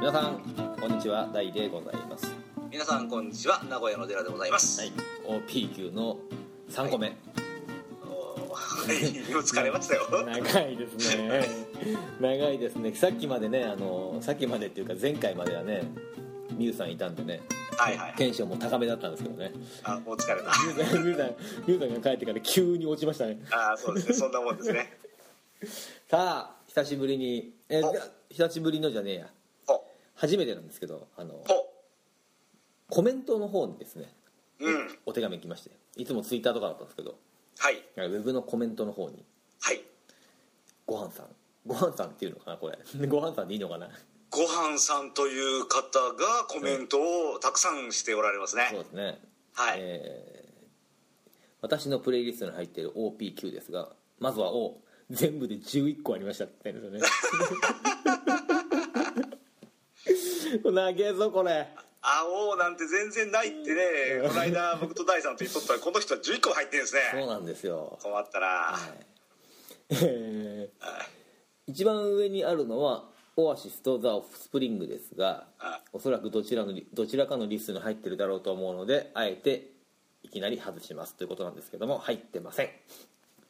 皆さんこんにちは大でございます皆さんこんにちは名古屋の寺でございます、ははい OP 級の3個目、い、もう疲れました よ長いですね 長いですねさっきまでねあのさっきまでっていうか前回まではねミュウさんいたんでねはいはいテンションも高めだったんですけどねあもう疲れたミュウさんミュウさんミュウさんが帰ってから急に落ちましたねあそ うですねそんなもんですねさあ久しぶりにえお久しぶりのじゃねえやお初めてなんですけどあのおコメントの方にですねうんお手紙来ましていつもツイッターとかだったんですけどはいウェブのコメントの方にはいごはんさんごはんさんっていうのかなこれ ごはんさんでいいのかなごはんさんという方がコメントをたくさんしておられますそうねですねはい、えー私のプレイリストに入っている OPQ ですがまずは O 全部で11個ありましたって言うんですよね 投げぞこれ青なんて全然ないってねこの間僕と大さんと言っとったらこの人は11個入ってるんですそうねなんですよ、困ったらはいえー一番上にあるのはオアシスとザ・オフスプリングですがあおそらくどちらのリどちらかのリストに入ってるだろうと思うのであえていきなり外しますということなんですけども入ってません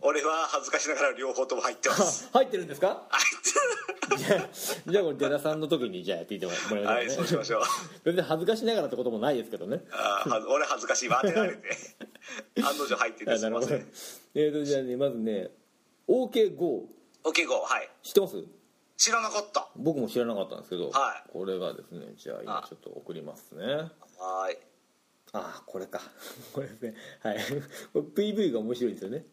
俺は恥ずかしながら両方とも入ってまあ す入ってるんですか入ってじゃあじゃあこれデラさんの時にじゃあやっていてもらいるまはしょいねそうしましょう全然恥ずかしながらってこともないですけどねあーは俺恥ずかしいわ当てら れて案の定入ってあてすないるまほせどんえーとじゃあねまずね OK5 OK 号はい知ってます知らなかった僕も知らなかったんですけど、はこれがですねじゃあ今あちょっと送りますねはーいああこれか これですねはい これ PV が面白いんですよね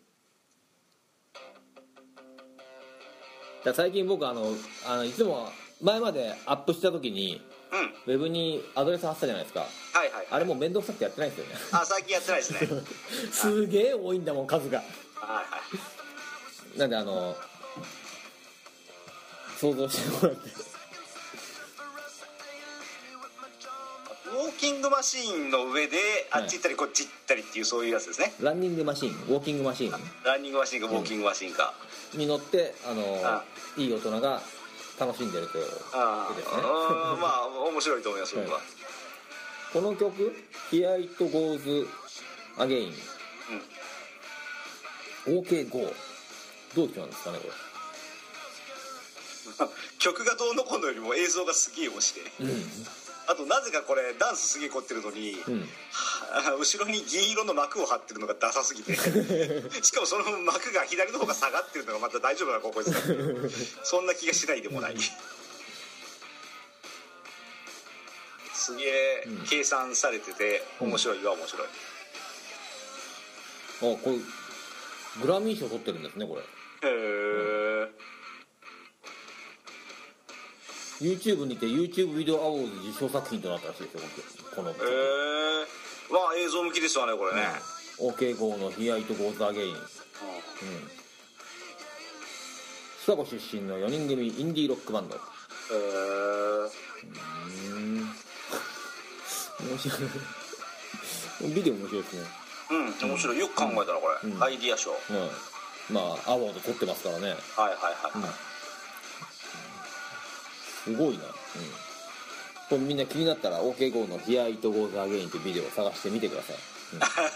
だから最近僕あのあのいつも前までアップした時にうんウェブにアドレス貼ってたじゃないですかはいはいあれもう面倒くさくてやってないんですよねあ最近やってないです ねすげえ多いんだもん数がはいなんであの想像してもらってはいウォーキングマシーンの上であはいっち行ったりこっち行ったりっていうそういうやつですねランニングマシーンウォーキングマシーンランニングマシーンかウォーキングマシーンかに乗ってあのあいい大人が楽しんでるというあいいーですねあーまあ面白いと思います僕は、はこの曲「気合とゴーズアゲイン」OK5 どういう曲なんですかねこ 曲がどうのこうのよりも映像がすげえ押してれあとなぜかこれダンスすげえ凝ってるのに、うん、うん、あ 後ろに銀色の幕を張ってるのがダサす ぎてしかもその幕が左の方が下がってるのがまた大丈夫な高校ですかそんな気がしないでもないすげえうん計算されてて面白いは面白い、あこれグラミー賞取ってるんですねこれへえ YouTube にて YouTube ビデオアワード受賞作品となったらしいですよこのえー、まあ映像向きですわねこれね、 OK5 の「ヒアイとゴーズアゲイン」うん須賀子出身の4人組インディーロックバンドうんへえ面白い ビデオ面白いですねうん面白いよく考えたらこれ、うんアイディア賞はうんまあアワード取ってますからねいはいはい、すごいな、うん、これみんな気になったら OK GO の「Here It Goes Again」というビデオを探してみてください、うん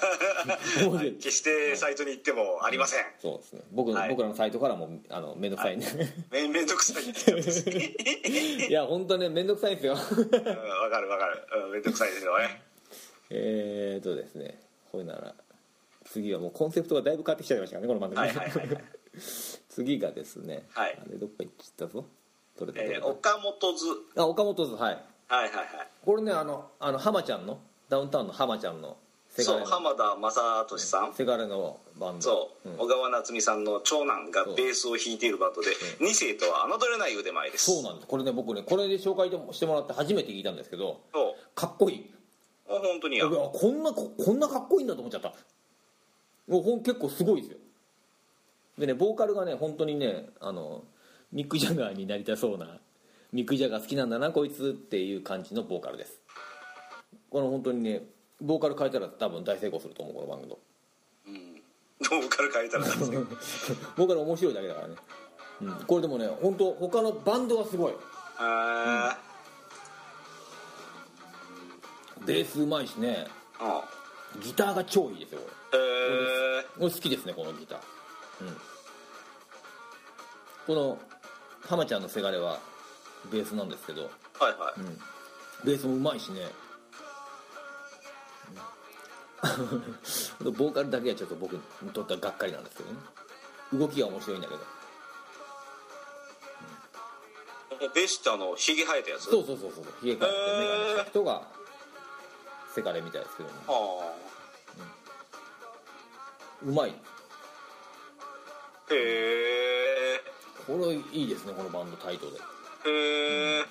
面白い決してサイトに行ってもありません、そうですね僕,、はい僕らのサイトからもあのめんどくさいね、めめんどくさいって言ってますね い、や本当ねめんどくさいんですよ うんわかるわかる、うん、めんどくさいですよねえーとですねこれなら次はもうコンセプトがだいぶ変わってきちゃいましたからねこの番組、はいはいはいはい 次がですね、はいあれどっか行っちゃったぞどれだどえれーだ、岡本図あ岡本図はいはいはいはいこれねあのあの浜ちゃんのダウンタウンの浜ちゃんのセガそレうの浜田雅俊さんセガレのバンドそう、小川夏美さんの長男がそうベースを弾いているバンドで2世とは侮れない腕前ですそうなんですこれね僕ねこれで紹介してもらって初めて聞いたんですけどそうかっこいいもう本当にや僕あこんなここんなかっこいいんだと思っちゃったもうほん結構すごいですよでねボーカルがね本当にねあのミック・ジャガーになりたそうなミック・ジャガー好きなんだなこいつっていう感じのボーカルですこの本当にねボーカル変えたら多分大成功すると思うこのバンドボーカル 変えたらなんですけどボーカル面白いだけだからね、うん、これでもね本当他のバンドはすごいあベースうまいしねうんギターが超いいですよえこれ好きですねこのギター、うん、この浜ちゃんのせがれはベースなんですけど、ー、はいはういん、ベースもうまいしね うんボーカルだけはちょっと僕にとってはがっかりなんですけどね動きが面白いんだけどベースってあのひげ生えたやつそうそうそうそうひげかって眼鏡した人がせがれみたいですけどねああうまいへえこれいいですねこのバンドタイトでへえ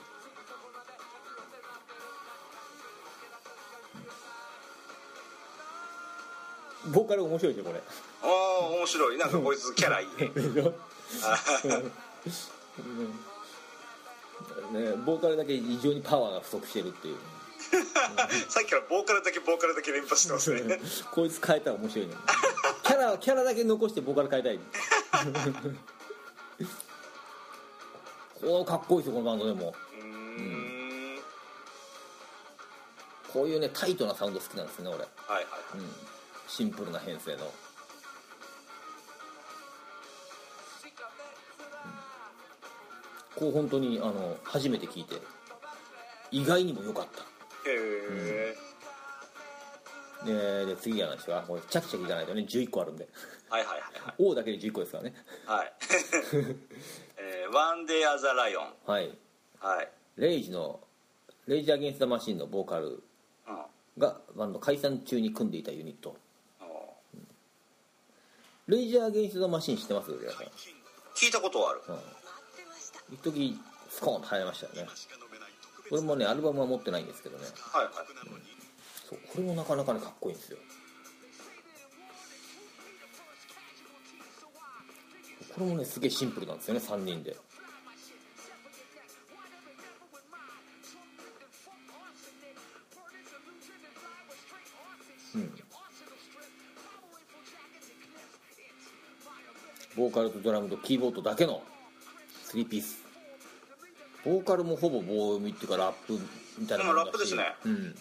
ボーカル面白いでしょこれああ面白いなんかこいつキャラいいねでしょ ね、ボーカルだけ異常にパワーが不足してる っていう さっきからボーカルだけボーカルだけ連発してますねこいつ変えたら面白い ねキャラキャラだけ残してボーカル変えた いおーかっこいいですよこのバンドでもうーんこういうねタイトなサウンド好きなんですね俺、はいはいうん、シンプルな編成のこう本当にあの初めて聞いて意外にも良かったへえ、でで次が何ですかこれチャキチャキいかないとね11個あるんではいはいはいはい王だけで11個ですからねはい えーワンデーアザライオンはいはい、レイジのレイジ・アゲンスト・マシンのボーカルうんうんがバンド解散中に組んでいたユニットレイジ・アゲンスト・マシン知ってます皆さん、聞いたことはあるうん、一時スコーンと流行りましたよねこれもねアルバムは持ってないんですけどねはいはいそうこれもなかなかねかっこいいんですよこれもねすげえシンプルなんですよね3人でうんボーカルとドラムとキーボードだけの3ピースボーカルもほぼ棒読みっていうかラップみたいな感じだしでもラップですねうん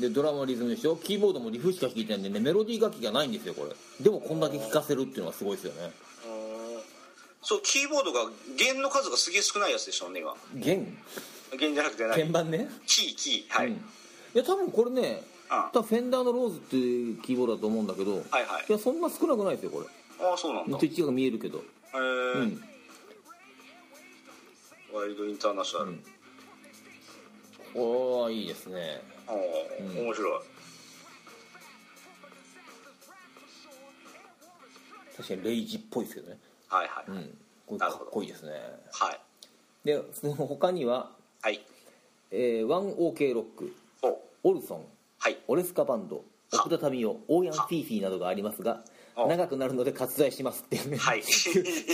でドラムはリズムでしょキーボードもリフしか弾いてないんでねメロディー楽器がないんですよこれでもこんだけ聴かせるっていうのはすごいですよねうーんそうキーボードが弦の数がすげえ少ないやつでしょうね今弦弦じゃなくてない鍵盤ねキーキーはい、うんいや多分これねあ多分フェンダーのローズっていうキーボードだと思うんだけど、い、はいはいやそんな少なくないですよこれああそうなんだへ手違が見えるけど、えうん、ワイルドインターナショナル、うんおーいいですねああ面白い確かにレイジっぽいですけどねはいはい、うんこれかなるっほどこいいですねはいでその他には、はいえー、1OK ロックほうオルソンはいオレスカバンド奥田民生オーヤンフィーフィーなどがありますがあ長くなるので割愛しますっていうね、はい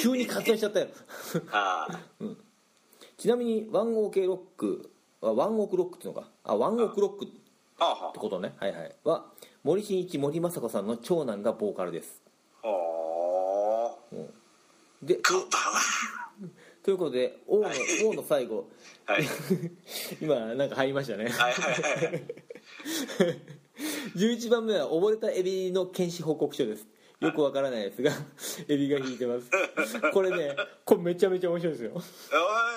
急に割愛しちゃったよああちなみにワンオーケーロックはワンオークロックっていうのかあワンオークロックってああはことねはいはいは森進一森雅子さんの長男がボーカルですあはあでこんばんはということで王の王の最後 はい今なんか入りましたねはいはいはいはい11番目は溺れたエビの検視報告書ですよくわからないですがエビが引いてますこれねこれめちゃめちゃ面白いですよ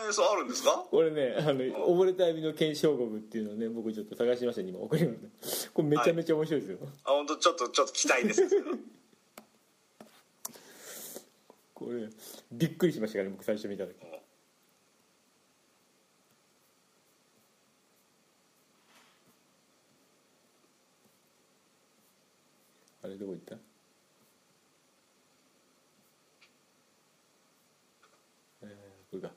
えー、そうあるんですかこれねあの溺れたエビの検証国っていうのをね僕ちょっと探しました、ね、今送りましたこれめちゃめちゃ面白いですよ、あ本当ちょっとちょっと期待ですけどこれびっくりしましたから、ね、僕最初見た時あれどこ行ったえーこれか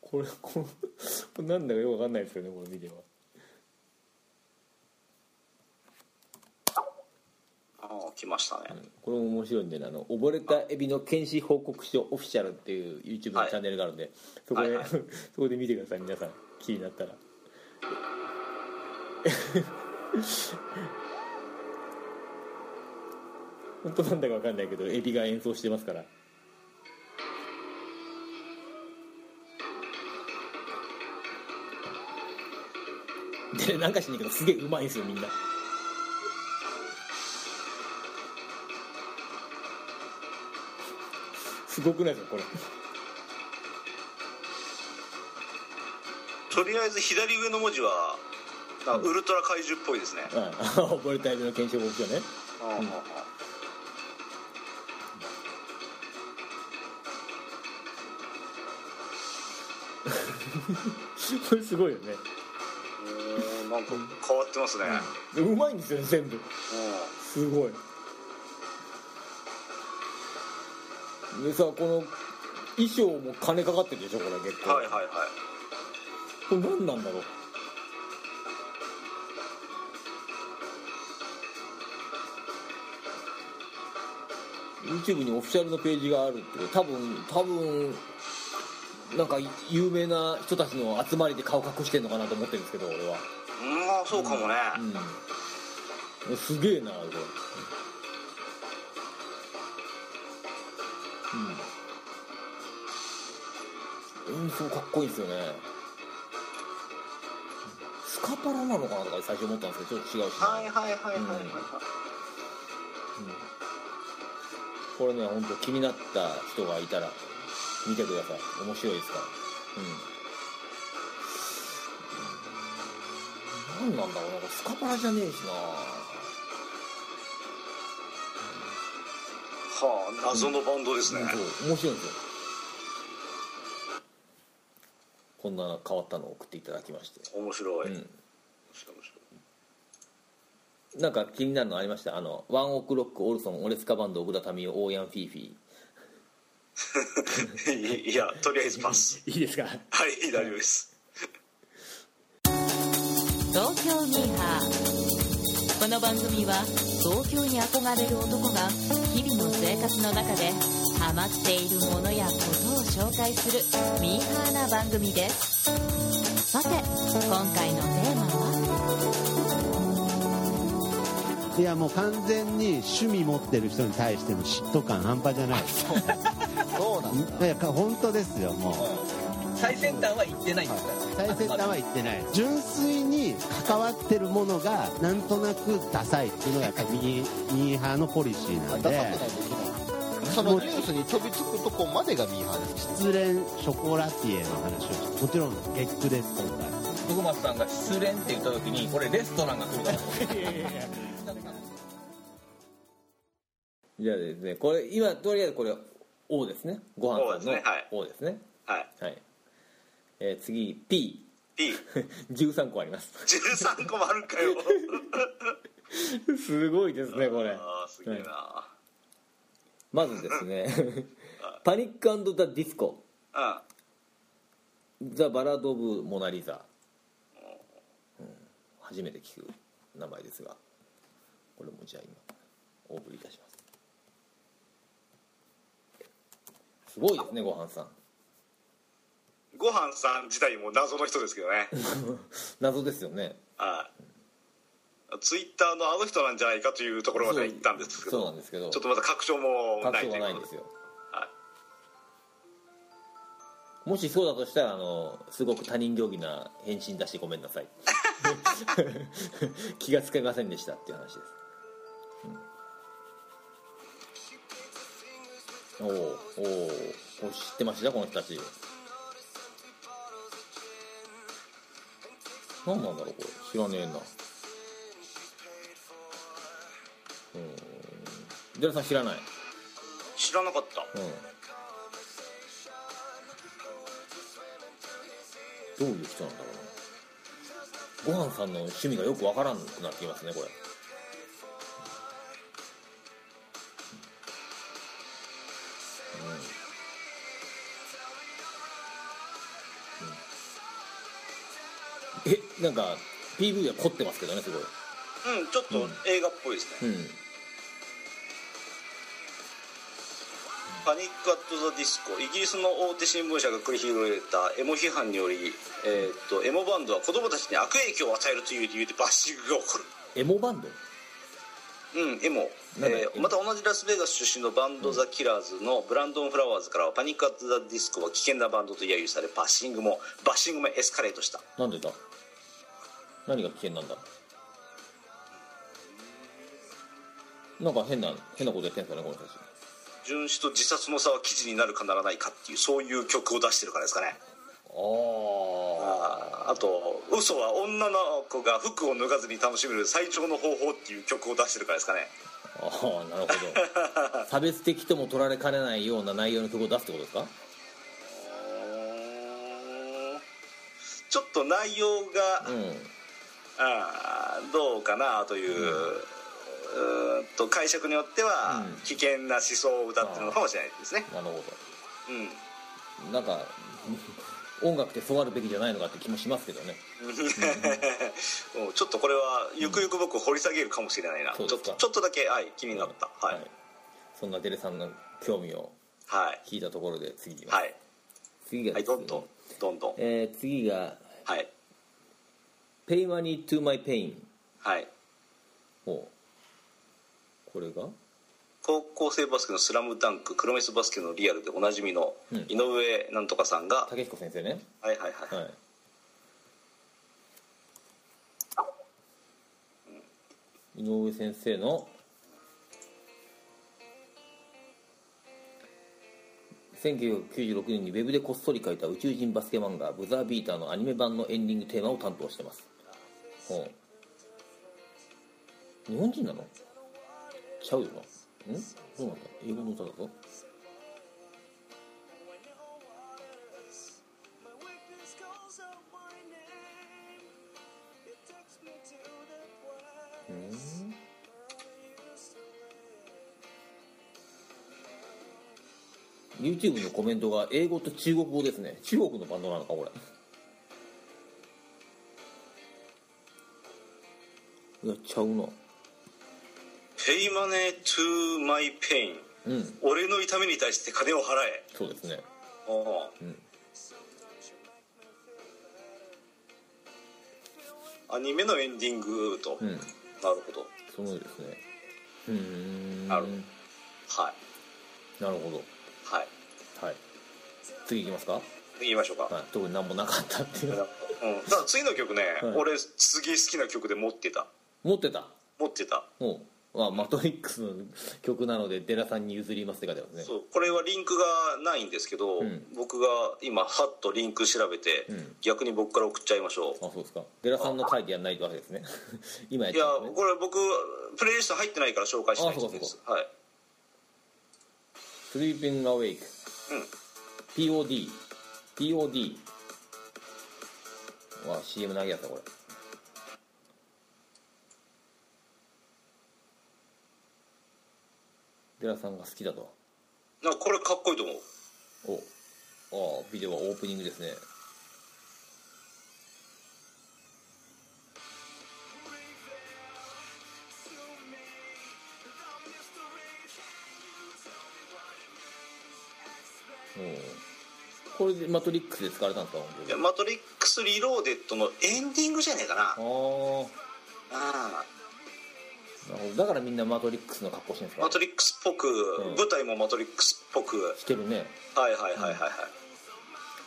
これ これこれなんだかよくわかんないですよねこのビデオはああ来ましたね、これも面白いんでねあの溺れたエビの検視報告書オフィシャルっていう YouTube のはいチャンネルがあるんで、そこで、はいはい そこで見てください皆さん気になったら 本当なんだかわかんないけどエビが演奏してますからでなんかしにけどすげえうまいんですよみんなすごくないですかこれとりあえず左上の文字はなんかウルトラ怪獣っぽいですね、うん 覚えたいの検証目標ね うんうんうんこれすごいよねうーんなんか変わってますね、でうまいんですよね全部うすごいでさこの衣装も金かかってるでしょこれ結構、ん、はいはいはいこれ何なんだろうユ YouTube にオフィシャルのページがあるってこと多分多分なんか有名な人たちの集まりで顔隠してんのかなと思ってるんですけど俺はうんまあそうかもね、うん、すげえなこれ、うん、演奏かっこいいですよねスカパラなのかなとか最初思ったんですけどちょっと違うし、はいはいはいはいはい、はいこれね本当気になった人がいたら見てください面白いですからうん何なんだろうなんかスカパラじゃねえしはあ謎のバンドですね、なそう面白いんですよこんな変わったのを送っていただきまして、面白い、うん面白い面白いなんか気になるのありましたあのワンオクロックオルソンオレスカバンド奥田民生オーヤンフィーフィいやとりあえずパスーいいですかはい大丈夫です東京ミーハーこの番組は東京に憧れる男が日々の生活の中でハマっているものやことを紹介するミーハーな番組ですさて今回のテーマはいやもう完全に趣味持ってる人に対しての嫉妬感半端じゃないそうなんだいやか本当ですよもう最先端は行ってないんですか最先端は言ってない純粋に関わってるものがなんとなくダサいっていうのがやっぱミーミーハーのポリシーなんダでサくないといけないそのニュースに飛びつくとこまでがミーハーです失恋ショコラティエの話をしてもちろん月句です今回徳松さんが失恋って言った時にこれレストランが来るからじゃあですねこれ今とりあえずこれ O ですねご飯さんの O ですねはいはい、えー次 P 13 13個あります個もあるかよすごいですねこれああすげえな、まずですねパニックザ・ディスコザ・バラード・オブ・モナ・リザ、うん初めて聞く名前ですがこれもじゃあ今お送りいたしますすごいですねごはんさんうんごはんさん自体も謎の人ですけどね謎ですよねはいツイッターのあの人なんじゃないかというところまで行ったんですけそうなどんですけどちょっとまだ確証もな確証いとがいなういんこでとすでよはもしそうだとしたらあのすごく他人行儀な返信出してごめんなさい 気がつけませんでしたっていう話です、うん、おおおおこれ知ってましたこの人たち何なんだろうこれ知らねえなうんデラさん知らない知らなかったうん、どういう人なんだろうなごはんさんの趣味がよくわからんくなってきますねこれうん、うんえなんか PV は凝ってますけどねすごいうんちょっと映画っぽいですね、うんパニック・アット・ザ・ディスコイギリスの大手新聞社が繰り広げたエモ批判により、えーっとエモバンドは子供たちに悪影響を与えるという理由でバッシングが起こるエモバンドうん、エモ、なんだえエー、モまた同じラスベガス出身のバンド、ザ・キラーズのブランドン・フラワーズからはパニック・アット・ザ・ディスコは危険なバンドと揶揄されバッシングもバッシングもエスカレートしたなんでだ何が危険なんだなんか変な変なことやってんすかねこの人たち殉死と自殺の差は記事になるかならないかっていうそういう曲を出してるからですかねああーあと「嘘は女の子が服を脱がずに楽しめる最長の方法」っていう曲を出してるからですかねあああなるほ ど差別的とも取られかねないような内容の曲を出すってことですかちょっと内容が、うんあーどうかなという,、うーんと解釈によってはうん危険な思想を歌ってるのかもしれないですね、なるほうん、どなんか音楽ってそうあるべきじゃないのかって気もしますけどね もうちょっとこれはゆくゆく僕掘り下げるかもしれないな、そうちでょすっかとちょっとだけ、はい、気になった、はいそんなデレさんの興味をはい聞いたところで次に、はいい、次がはでい、すねどんどんどんどんえー次がはい「Pay Money to My Pain はい」をこれが高校生バスケの「スラムダンク黒メスバスケのリアルでおなじみのうん井上なんとかさんが、竹彦先生ねはいはいはい、はい井上先生の1996年にウェブでこっそり書いた宇宙人バスケ漫画「ブザービーター」のアニメ版のエンディングテーマを担当してますほう日本人なのちゃうよなんそうなんだ英語の歌だぞうん YouTube のコメントが英語と中国語ですね中国のバンドなのかこれいやちゃうなペイマネー・トゥ・マイ・ペインうん俺の痛みに対して金を払えそうですねおううんアニメのエンディングと、うなるんほどそのですねうーんなるほはいなるほどはいはい次いきますか、言いましょうか、はい、特に何もなかったっていう うん、だから次の曲ね、はい俺すげえ好きな曲で持ってた持ってた持ってた、もう、まあ、マトリックスの曲なのでデラさんに譲りますって感じですねそうこれはリンクがないんですけど、うん僕が今ハッとリンク調べて、うん逆に僕から送っちゃいましょうあそうですかデラさんの回でやんないわけですね 今やっいてやるんですねこれ僕プレイリスト入ってないから紹介しないあとそいかうけないでそすはい「Sleeping Awake」POD POD わ CM 投げやったこれデラさんが好きだとなんかこれかっこいいと思うおああビデオはオープニングですねおうこれで「マトリックス」で使われたんですか本い当やにマトリックス・リローデッド」のエンディングじゃねえかなあああなるほどだからみんな「マトリックス」の格好してるんですマかトリックスっぽく、ん舞台もマトリックスっぽくしてるねはいはいはいはいはい、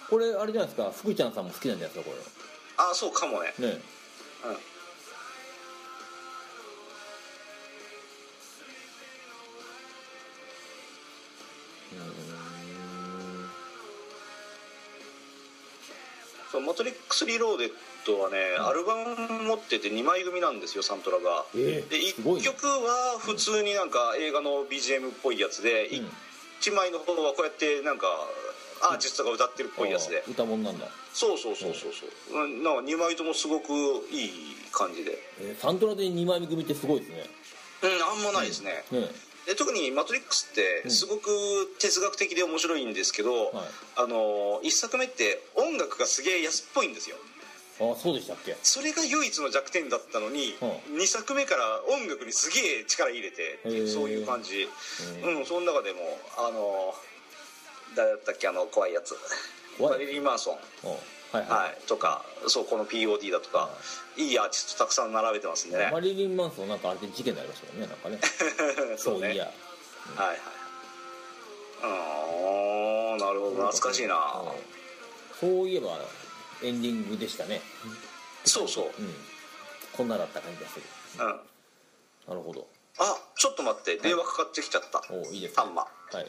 これあれじゃないですか福ちゃんさんも好きなんじゃないですかこああそうかもねれねうんそうマトリックス・リローデッドはね、アルバム持ってて2枚組なんですよサントラが、えですごいね1曲は普通になんか映画の BGM っぽいやつで、うん1枚の方はこうやってなんかアーティストが歌ってるっぽいやつあで、あ歌もんなんだそうそうそうそうそう、うん、なんか2枚ともすごくいい感じでえーサントラで2枚目組ってすごいですねうんあんまないですね、ねで特に「マトリックス」ってすごく哲学的で面白いんですけど、はいあの一作目って音楽がすげえ安っぽいんですよああそうでしたっけそれが唯一の弱点だったのに、う2作目から音楽にすげえ力入れてっていへえうそういう感じうんその中でもあの誰だったっけあの怖いやつ怖バいレリー・マーソン、うんはいははい、とかそうこの POD だとか、いいアーティストたくさん並べてますんでい、ねマリリン・マンソンなんかあれで事件になりましたもんねなんかね そうねいやはいはいあーなるほど懐かしいな、うんそういえばエンディングでしたねそうそううんこんなだった感じがするうんなるほどあちょっと待って電話かかってきちゃったおいいですねサンマはい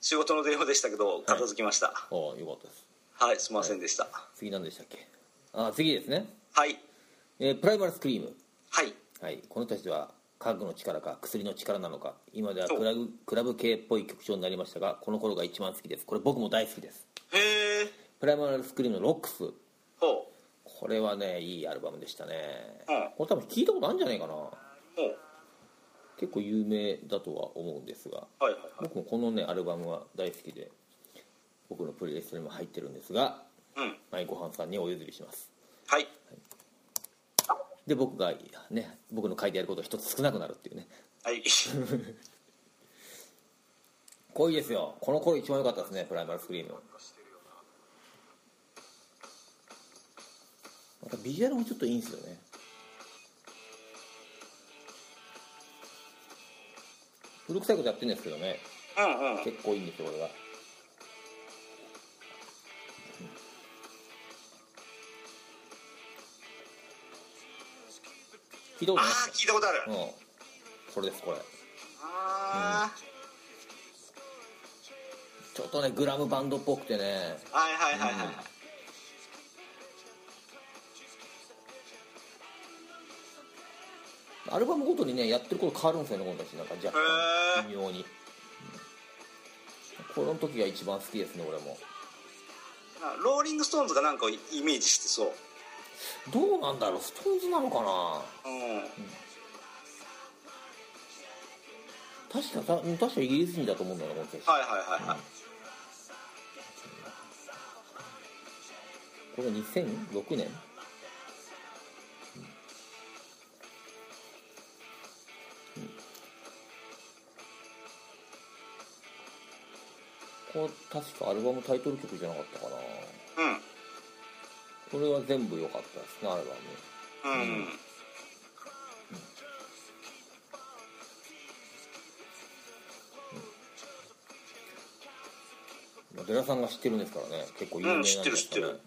仕事の電話でしたけど片付きましたはおよかったですい、すいませんでした次何でしたっけあ次ですね、はいえープライマルスクリームはいはい、この人たちは科学の力か薬の力なのか今ではクラブクラブ系っぽい曲調になりましたがこの頃が一番好きですこれ僕も大好きですへえプライマルスクリームの「ロックスほ」これはねいいアルバムでしたねうんこれ多分聞いたことあるんじゃないかなうほう結構有名だとは思うんですがはいはいはい僕もこのねアルバムは大好きで僕のプレイリストにも入ってるんですがうん舞ごはんさんにお譲りしますはいで僕がね僕の書いてやることが一つ少なくなるっていうねはい 濃いですよこの頃一番良かったですねプライマルスクリームまたビジュアルもちょっといいんですよね古臭いことやってるんですけどねうんう ん結構いいんですよこれがひどいあねあ聞いたことあるうんこれですこれあちょっとねグラムバンドっぽくてねあはいはいはいはいアルバムごとにねやってること変わるんですよねこの人たちなんか若干微妙に、この時が一番好きですね俺もあローリング・ストーンズがなんかをイメージしてそうどうなんだろうストーンズなのかうんな確かた確かイギリス人だと思うんだよなこの人たちはいはいはいはいこれが2006年これ確かアルバムタイトル曲じゃなかったかなうんこれは全部良かったですねアルバムうんまあデラさんが知ってるんですからね結構有名なんですからねうん知ってる知ってる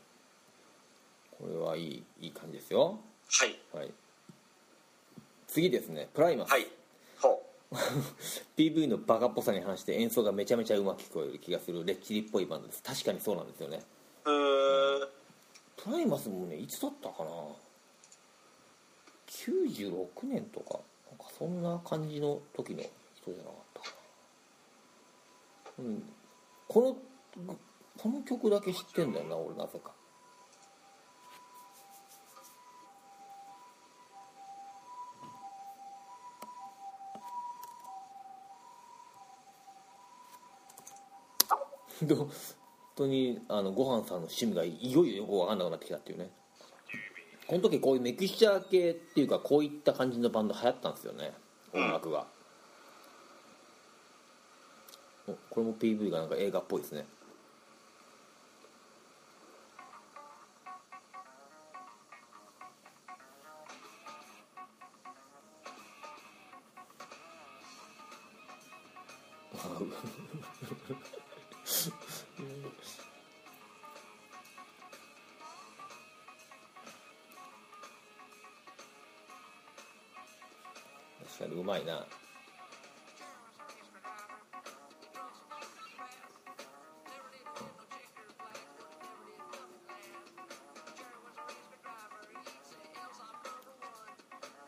これはいいいい感じですよはいはい次ですねプライマス、はいほ PV のバカっぽさに反して演奏がめちゃめちゃうまく聞こえる気がするレッチリっぽいバンドです確かにそうなんですよねうへえプライマスもねいつだったかな96年とかなんかそんな感じの時の人じゃなかったかな、うん、このこの曲だけ知ってんだよな俺なぜか ど本当にあのご飯さんの趣味がいよいよよく分かんなくなってきたっていうねこの時こういうミクスチャー系っていうかこういった感じのバンド流行ったんですよねうん音楽が、おこれも PV がなんか映画っぽいですね確かにうまいな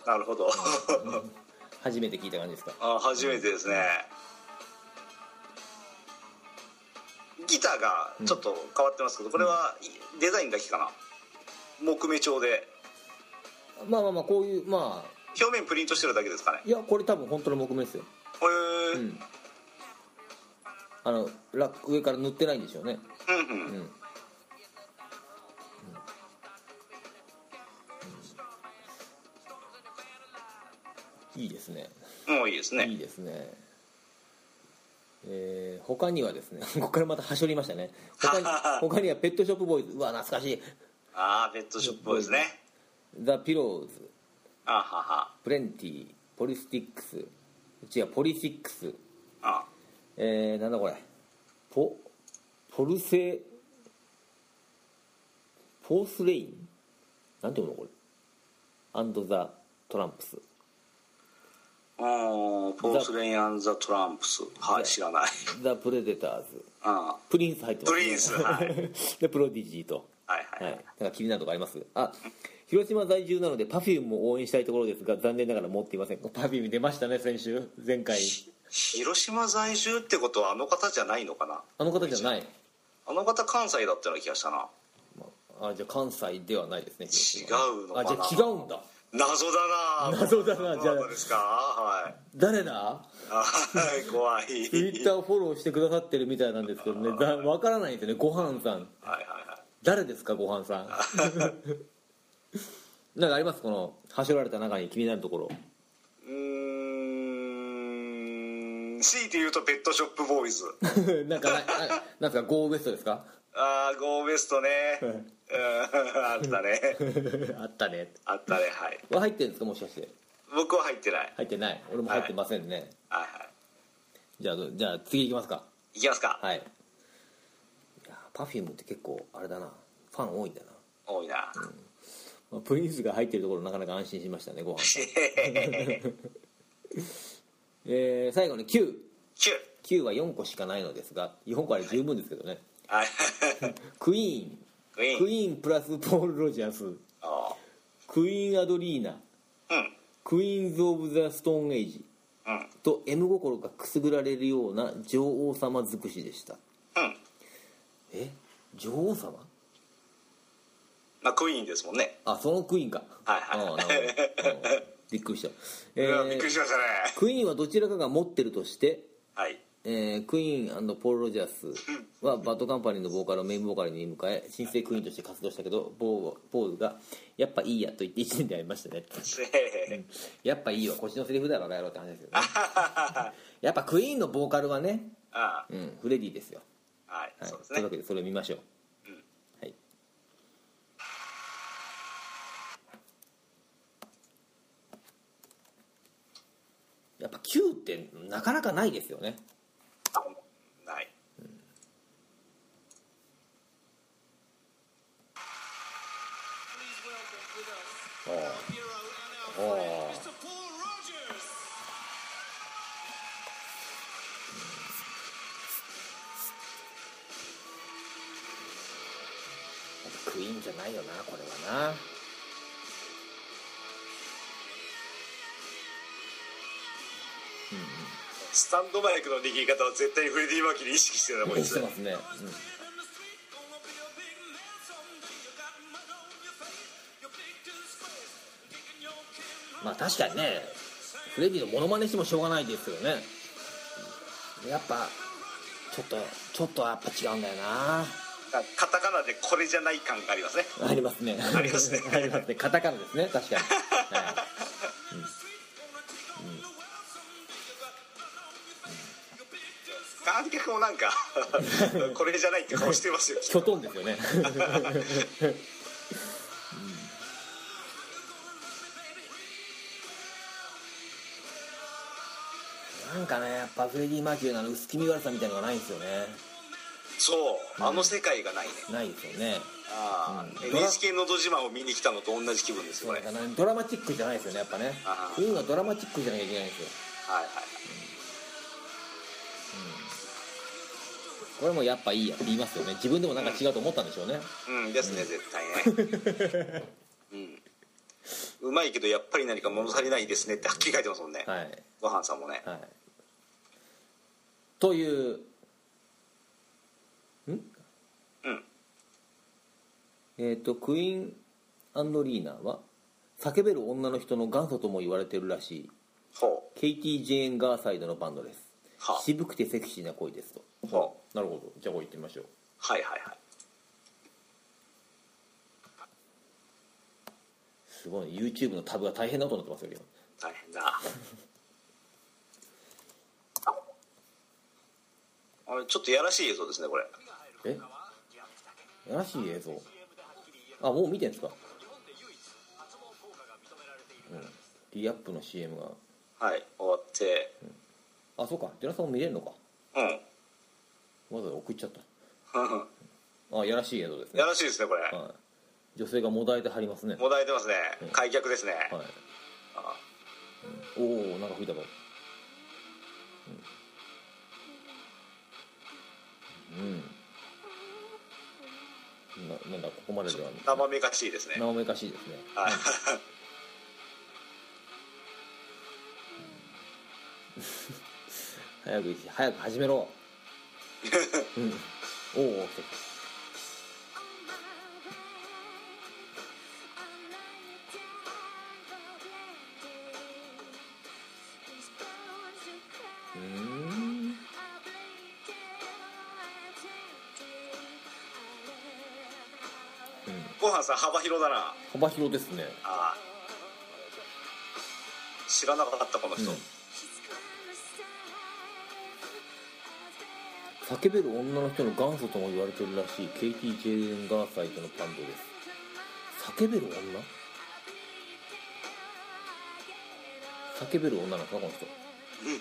なるほど初めて聞いた感じですかあ 初めてですねギターがちょっと変わってますけどこれはデザインだけかな木目調でまあまあまあこういうまあ表面プリントしてるだけですかねいやこれ多分本当の木目ですよへえううんんあのラ上から塗ってないんでしょうねうんうん、うんいいですねもういいですいねいですねえー、他にはですね ここからまたはしょりましたね他に他にはペットショップボーイズうわ懐かしいああペットショップですねザ・ピローズあははプレンティポリスティックスうちはポリシックスあえー、なんだこれポポルセポースレインなんていうのこれアンド・ザ・トランプスうんフォースレイン・アン・ザ・トランプスはい知らないザ・プレデターズうんプリンス入ってます、プリンスはい でプロディジーとはいはいはいなんか気になるとこありますあ広島在住なので Perfume も応援したいところですが残念ながら持っていません Perfume 出ましたね先週前回広島在住ってことはあの方じゃないのかなあの方じゃないあの方関西だったような気がしたなあじゃあ関西ではないですね違うのかあなじゃあ違うんだ謎だな謎だなじゃあそうですかはい誰だはい怖い Twitter をフォローしてくださってるみたいなんですけ どねだわからないんですよねごはんさんはいはいはい誰ですかごはんさん なんかありますこの端折られた中に気になると ころうーん強いて言うとペットショップボーイズなんかないあなんですかゴーウエストですか ああゴーベストねうん あったねあったねあったねはいは入ってるんですかもしかして僕は入ってない入ってない俺も入ってませんね、はいはじゃあどじゃあ次行きますかいいきますか、はいパフュームって結構あれだなファン多いんだな、多いな まあプリンスが入ってるところなかなか安心しましたねご飯えー、最後に9 9 9は4個しかないのですが4個あれ十分ですけどね、はいクイクイーンークンイーンプラスポール・ロジャースあクイーン・アドリーナあうんクイーンズ・オブ・ザ・ストーン・エイジうんと M 心がくすぐられるような女王様尽くしでしたうんえ女王様まあクイーンですもんねあそのクイーンかはいはいうんなるほどうんびっくりした、えうわーびっくりしましたねクイーンはどちらかが持ってるとして、はいえークイーンポール・ロジャースはバッドカンパニーのボーカルをメインボーカルに迎え新生クイーンとして活動したけどボーポールが「やっぱいいや」と言って一年で会いましたねやっぱいいよ腰のセリフだろあの野郎って話ですよねやっぱクイーンのボーカルはね、ああうん、フレディですよはいはい、そうですというねわけでそれを見ましょう、はいやっぱ9ってなかなかないですよねないクイーンじゃないよなこれはなスタンドマイクの握り方は絶対にフレディ・マーキュリー意識してるなこいしつてますね、うんまあ確かにねフレディのモノマネしてもしょうがないですよねやっぱちょっとちょっとやっぱ違うんだよなカタカナでこれじゃない感がありますねありますねありますねありますねカタカナですね確かに、はい観客もなん かこれじゃないって顔して ますよきょとんですよねうんなんかねやっぱフレディ・マーキュリーのあの薄気味悪さみたいのがないんですよねそうあの世界がないねないですよねああうん NHK のど自慢を見に来たのと同じ気分ですよこなれんはいかねドラマチックじゃないですよねやっぱねあー運がドラマチックじゃなきゃいけないんですよはいこれもやっぱいいやって言いますよね自分でもなんか違うと思ったんでしょうねうんですね絶対ね うんうまいけどやっぱり何か物足りないですねってはっきり書いてますもんねはいごはんさんもねはいというんうんえっ、とクイーンアンドリーナは叫べる女の人の元祖とも言われてるらしいほケイティ・ジェーン・ガーサイドのバンドですはあ渋くてセクシーな声ですとうほうなるほどじゃあこう言ってみましょうはいはいはいすごい YouTube のタブが大変なことになってますよ大変だあれちょっとやらしい映像ですねこれ今えやらしい映像あもう見てんですか、うん、リアップの CM がはい終わってあそうか寺さんも見れるのかうんわざわざ送っちゃったあやらしい映像ですねやらしいですねこれはい、女性がもだえてはりますね、もだえてますねうん開脚ですねはいあおおなんか吹いたぞうん、うん、ななんだここまででは生めかしいですね生めかしいですねはい早く早く始めろ、うん、おおおうんご飯さん幅広だな幅広ですねあー知らなかったこの人、うん叫べる女の人の元祖とも言われてるらしいケイティ・ジェーレン・ガーサイトのバンドです叫べる女叫べる女なんですかこの人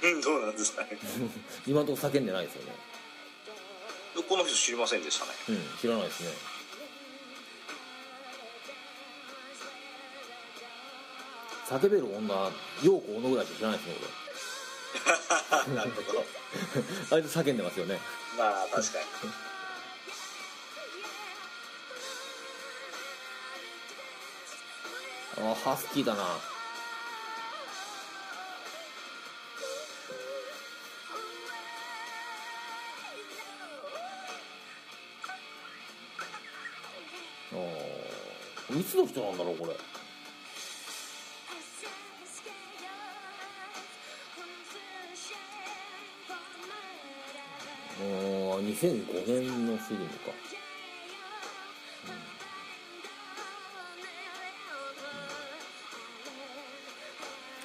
うんどうなんですかね今のところ叫んでないですよねこの人知りませんでしたねうん知らないですね叫べる女陽子小野ぐらいしか知らないですね なるほど俺あいつ叫んでますよねまあ確かにあハスキーだなあーいつの人なんだろうこれあー2005年のフィルムか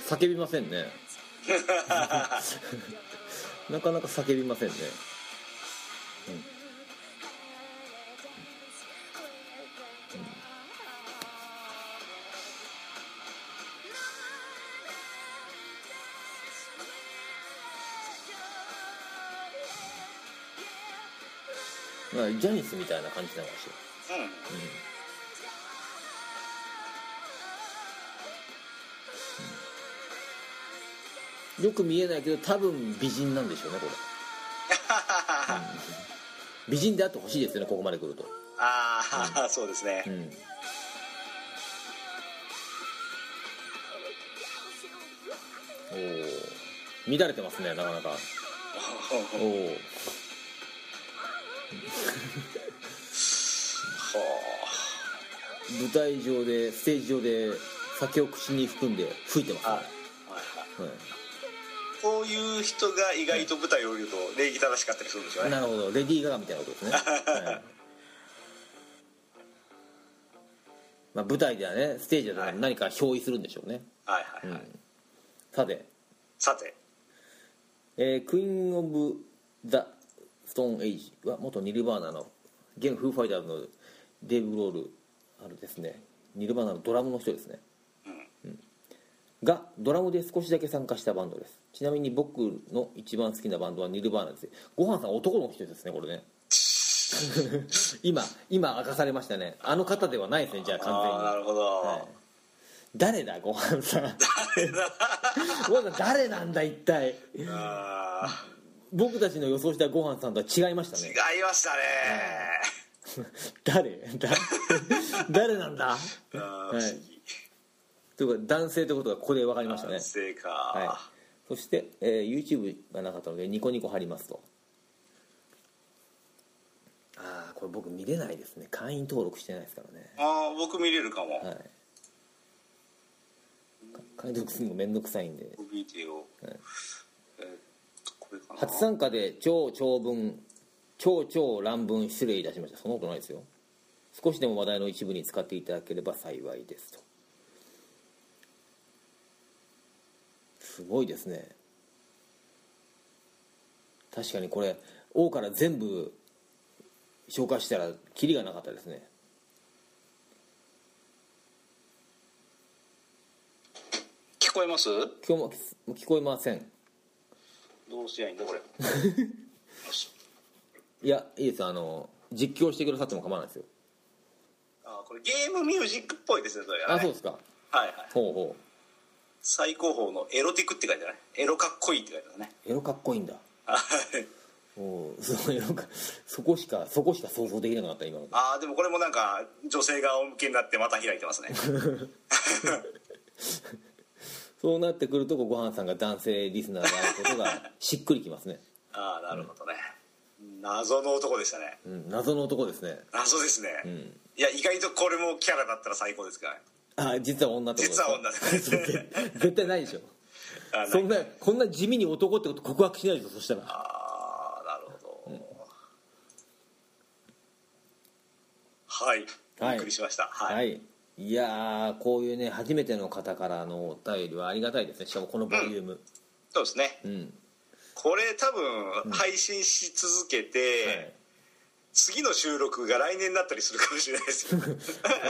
叫びませんねなかなか叫びませんねまあジャニスみたいな感じなんですよよく見えないけど多分美人なんでしょうねこれ、うん美人であってほしいですよねここまで来るとああ、そうですね、うんおお乱れてますねなかなかおおは舞台上でステージ上で酒を口に含んで吹いてますあねはい、はいはいはいこういう人が意外と舞台を降りると礼儀正しかったりするんですよねなるほどレディー・ガガみたいなことですね、はいまあ、舞台ではねステージでは何か憑依するんでしょうね、はいはいはい、うんさて、さてえークイーン・オブ・ザ・ストーン・エイジは元ニルバーナの現フーファイターズのデイブ・ロールあるですねニルバーナのドラムの人ですね、うんがドラムで少しだけ参加したバンドですちなみに僕の一番好きなバンドはニルバーナですごはんさん男の人ですねこれ ね今今明かされましたねあの方ではないですねじゃあ完全あにあなるほど、はい誰だごはん さんごはんさん誰なんだ一体あ僕たちの予想したごはんさんとは違いましたーね違いましたね、誰だ誰なんだあーはい不思議というか男性ということがここで分かりましたね男、性か、はい、そして、えー YouTube がなかったのでニコニコ貼りますとああこれ僕見れないですね会員登録してないですからねああ僕見れるかも、はいか会員登録するのめんどくさいんでビデオ、えーっとこれかな初参加で超長文超超乱文失礼いたしましたそんなことないですよ少しでも話題の一部に使っていただければ幸いですとすごいですね確かにこれ「王から全部紹介したらキリがなかったですね聞こえます今日ももう聞こえませんどうすりゃいいんだ これよしいやいいですあの実況してくださっても構わないですよあーこれゲームミュージックっぽいですねそれは、ね、あそうですかはいはいほうほ最高峰のエロティクって書いてあるねエロかっこいいって書いてあるねうエロかっこいいんだはいおうそのエロかそこしかそこしか想像できなくなった今のでああでもこれもなんか女性がお向けになってまた開いてますねそうなってくるとごはんさんが男性リスナーであることがしっくりきますね、ああなるほどね、謎の男でしたねうん、謎の男ですね謎ですね、んいや意外とこれもキャラだったら最高ですからねあ実は女ってことですか実は女絶対絶対ないでしょあそんなこんな地味に男ってこと告白しないでしょそしたらあーなるほど、はいはいびっくりしましたはい、はい、いやーこういうね初めての方からのお便りはありがたいですねしかもこのボリュームそうですねうん、これ多分配信し続けて、はい次の収録が来年だったりするかもしれないで すよこ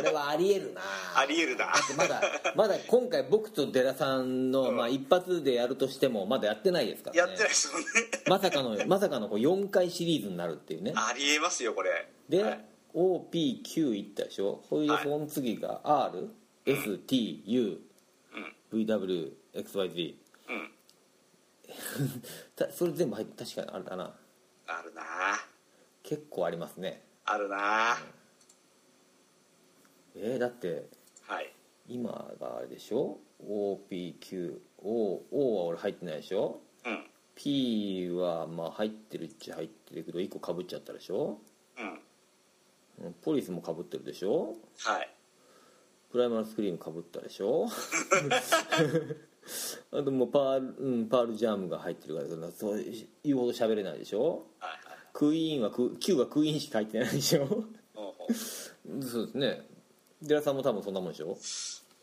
れはありえるなありえるだなってまだまだ今回僕とデラさんの、まあ、一発でやるとしてもまだやってないですからねやってないですもんねまさかのまさかのこう4回シリーズになるっていうねありえますよこれで、はい OP9 いったでしょそれではいその次が RSTUVWXYZ、VWXYZ うん たそれ全部入って確かにあれだなあるな結構ありますねあるなえー、だってはい今があれでしょ OPQOO は俺入ってないでしょうん P はまあ入ってるっちゃ入ってるけど1個かぶっちゃったでしょうんうんポリスもかぶってるでしょはいプライマルスクリームかぶったでしょ あともうパール、うん、パールジャムが入ってるからそう言うほど喋れないでしょはいはいクイーンはク Q がクイーンしか入ってないでしょほうほうそうですねデラさんも多分そんなもんでしょ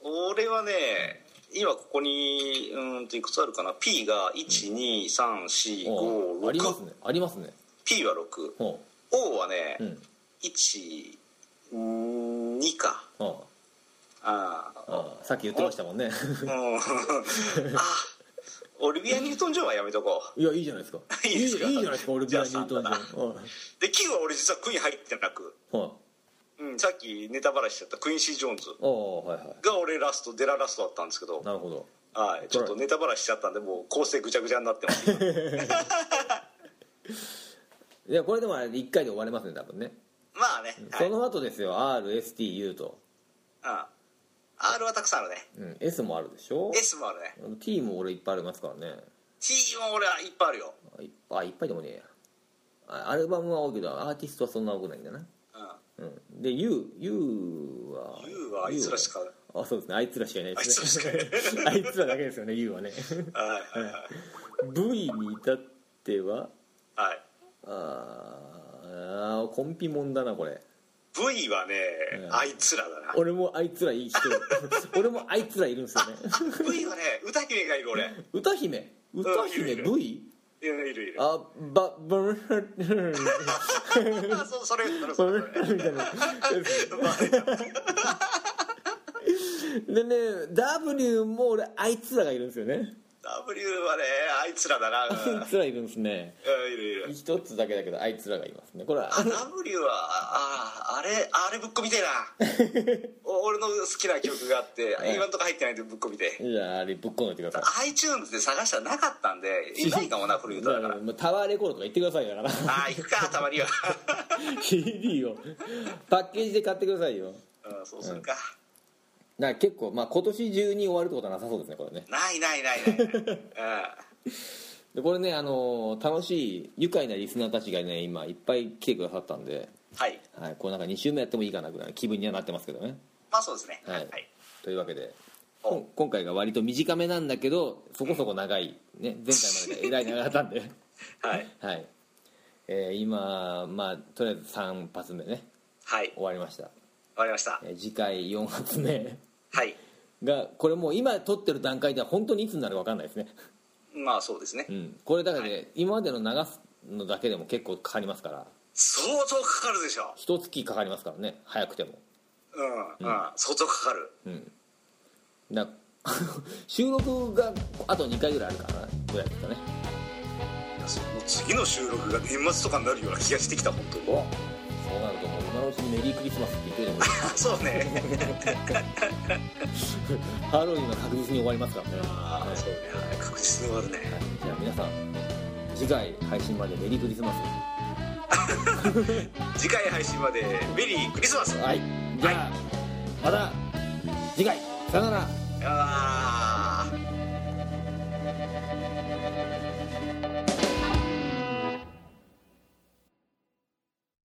俺はね今ここにうーんといくつあるかな P が12345あります6ねありますね P は6ほ O はねううん12かほうああああさっき言ってましたもんねうん あオリビア・ニュートン・ジョンはやめとこう いやいいじゃないですかいいですか いじゃないですか俺ビアニュートンジョンじゃあで Q は俺実はクイーン入ってなく、うんはいうん、さっきネタバラしちゃったクイーン・シー・ジョーンズああはいはが俺ラストデララストだったんですけどいなるほどはい、ちょっとネタバラしちゃったんでもう構成ぐちゃぐちゃになって ます今いやこれでもあれ1回で終われますね多分ね、まあね、はそい、の後ですよ RSTU と、ああ R はたくさんあるねうん、S もあるでしょ S もあるね T も俺いっぱいありますからね T も俺はいっぱいあるよ、あいっぱいあいっぱいでもねえやあアルバムは多いけどアーティストはそんな多くないんだな、ううん、で U, U はん、U はあいつらしかあそうですねあいつらしかいないあいでつらしす かねいないあいつらだけですよね U はね はいはいはい V に至ってははいあーコンピモンだなこれ V はね、うんあいつらだな俺もあいつらいい人 俺もあいつらいるんですよね V はね歌姫が いる俺い歌姫歌姫 V? るいるいるあばばあそそれそれそそれれそれみたいなでね W も俺あいつらがいるんですよね W はねあいつらだなうんあいつらいるんですねうんいるいる一つだけだけどあいつらがいますねこれはあ W はあああれあれぶっこみて えなお俺の好きな曲があってい今んとこ入ってないんでぶっこみてえいやあれぶっこんでいてくださ iTunes で探したらなかったん でいないかもな古いい歌だからもうタワーレコードとか言ってくださいよだからああ行くかたま には CD をパッケージで買ってくださいようんそうするかだから結構まあ今年中に終わるってことはなさそうですねこれねないないないないないうんでこれねあのー楽しい愉快なリスナーたちがね今いっぱい来てくださったんで、はいはい、こうなんか2週目やってもいいかなぐらいの気分にはなってますけどねまあそうですねははいいというわけでおこん今回が割と短めなんだけどそこそこ長い、ね、前回までがえらい長かったんではいはい、えー今まあとりあえず3発目ねはい終わりました、わかりましたえー次回4発目はいがこれもう今撮ってる段階では本当にいつになるか分かんないですねまあそうですねうんこれだからね、今までの流すのだけでも結構かかりますから相当かかるでしょ一月かかりますからね早くてもうんうん相当かかうるんだ 収録があと2回ぐらいあるからぐらいですかねその次の収録が年末とかになるような気がしてきた本当に そうなると思う今のうちにメリークリスマスって言っといた方がいいそうね ハロウィンは確実に終わりますからね あはあいそうね確実に終わるねじゃあ皆さん次回配信までメリークリスマス次回配信までメリークリスマスはいじゃあ、また次回さよならあー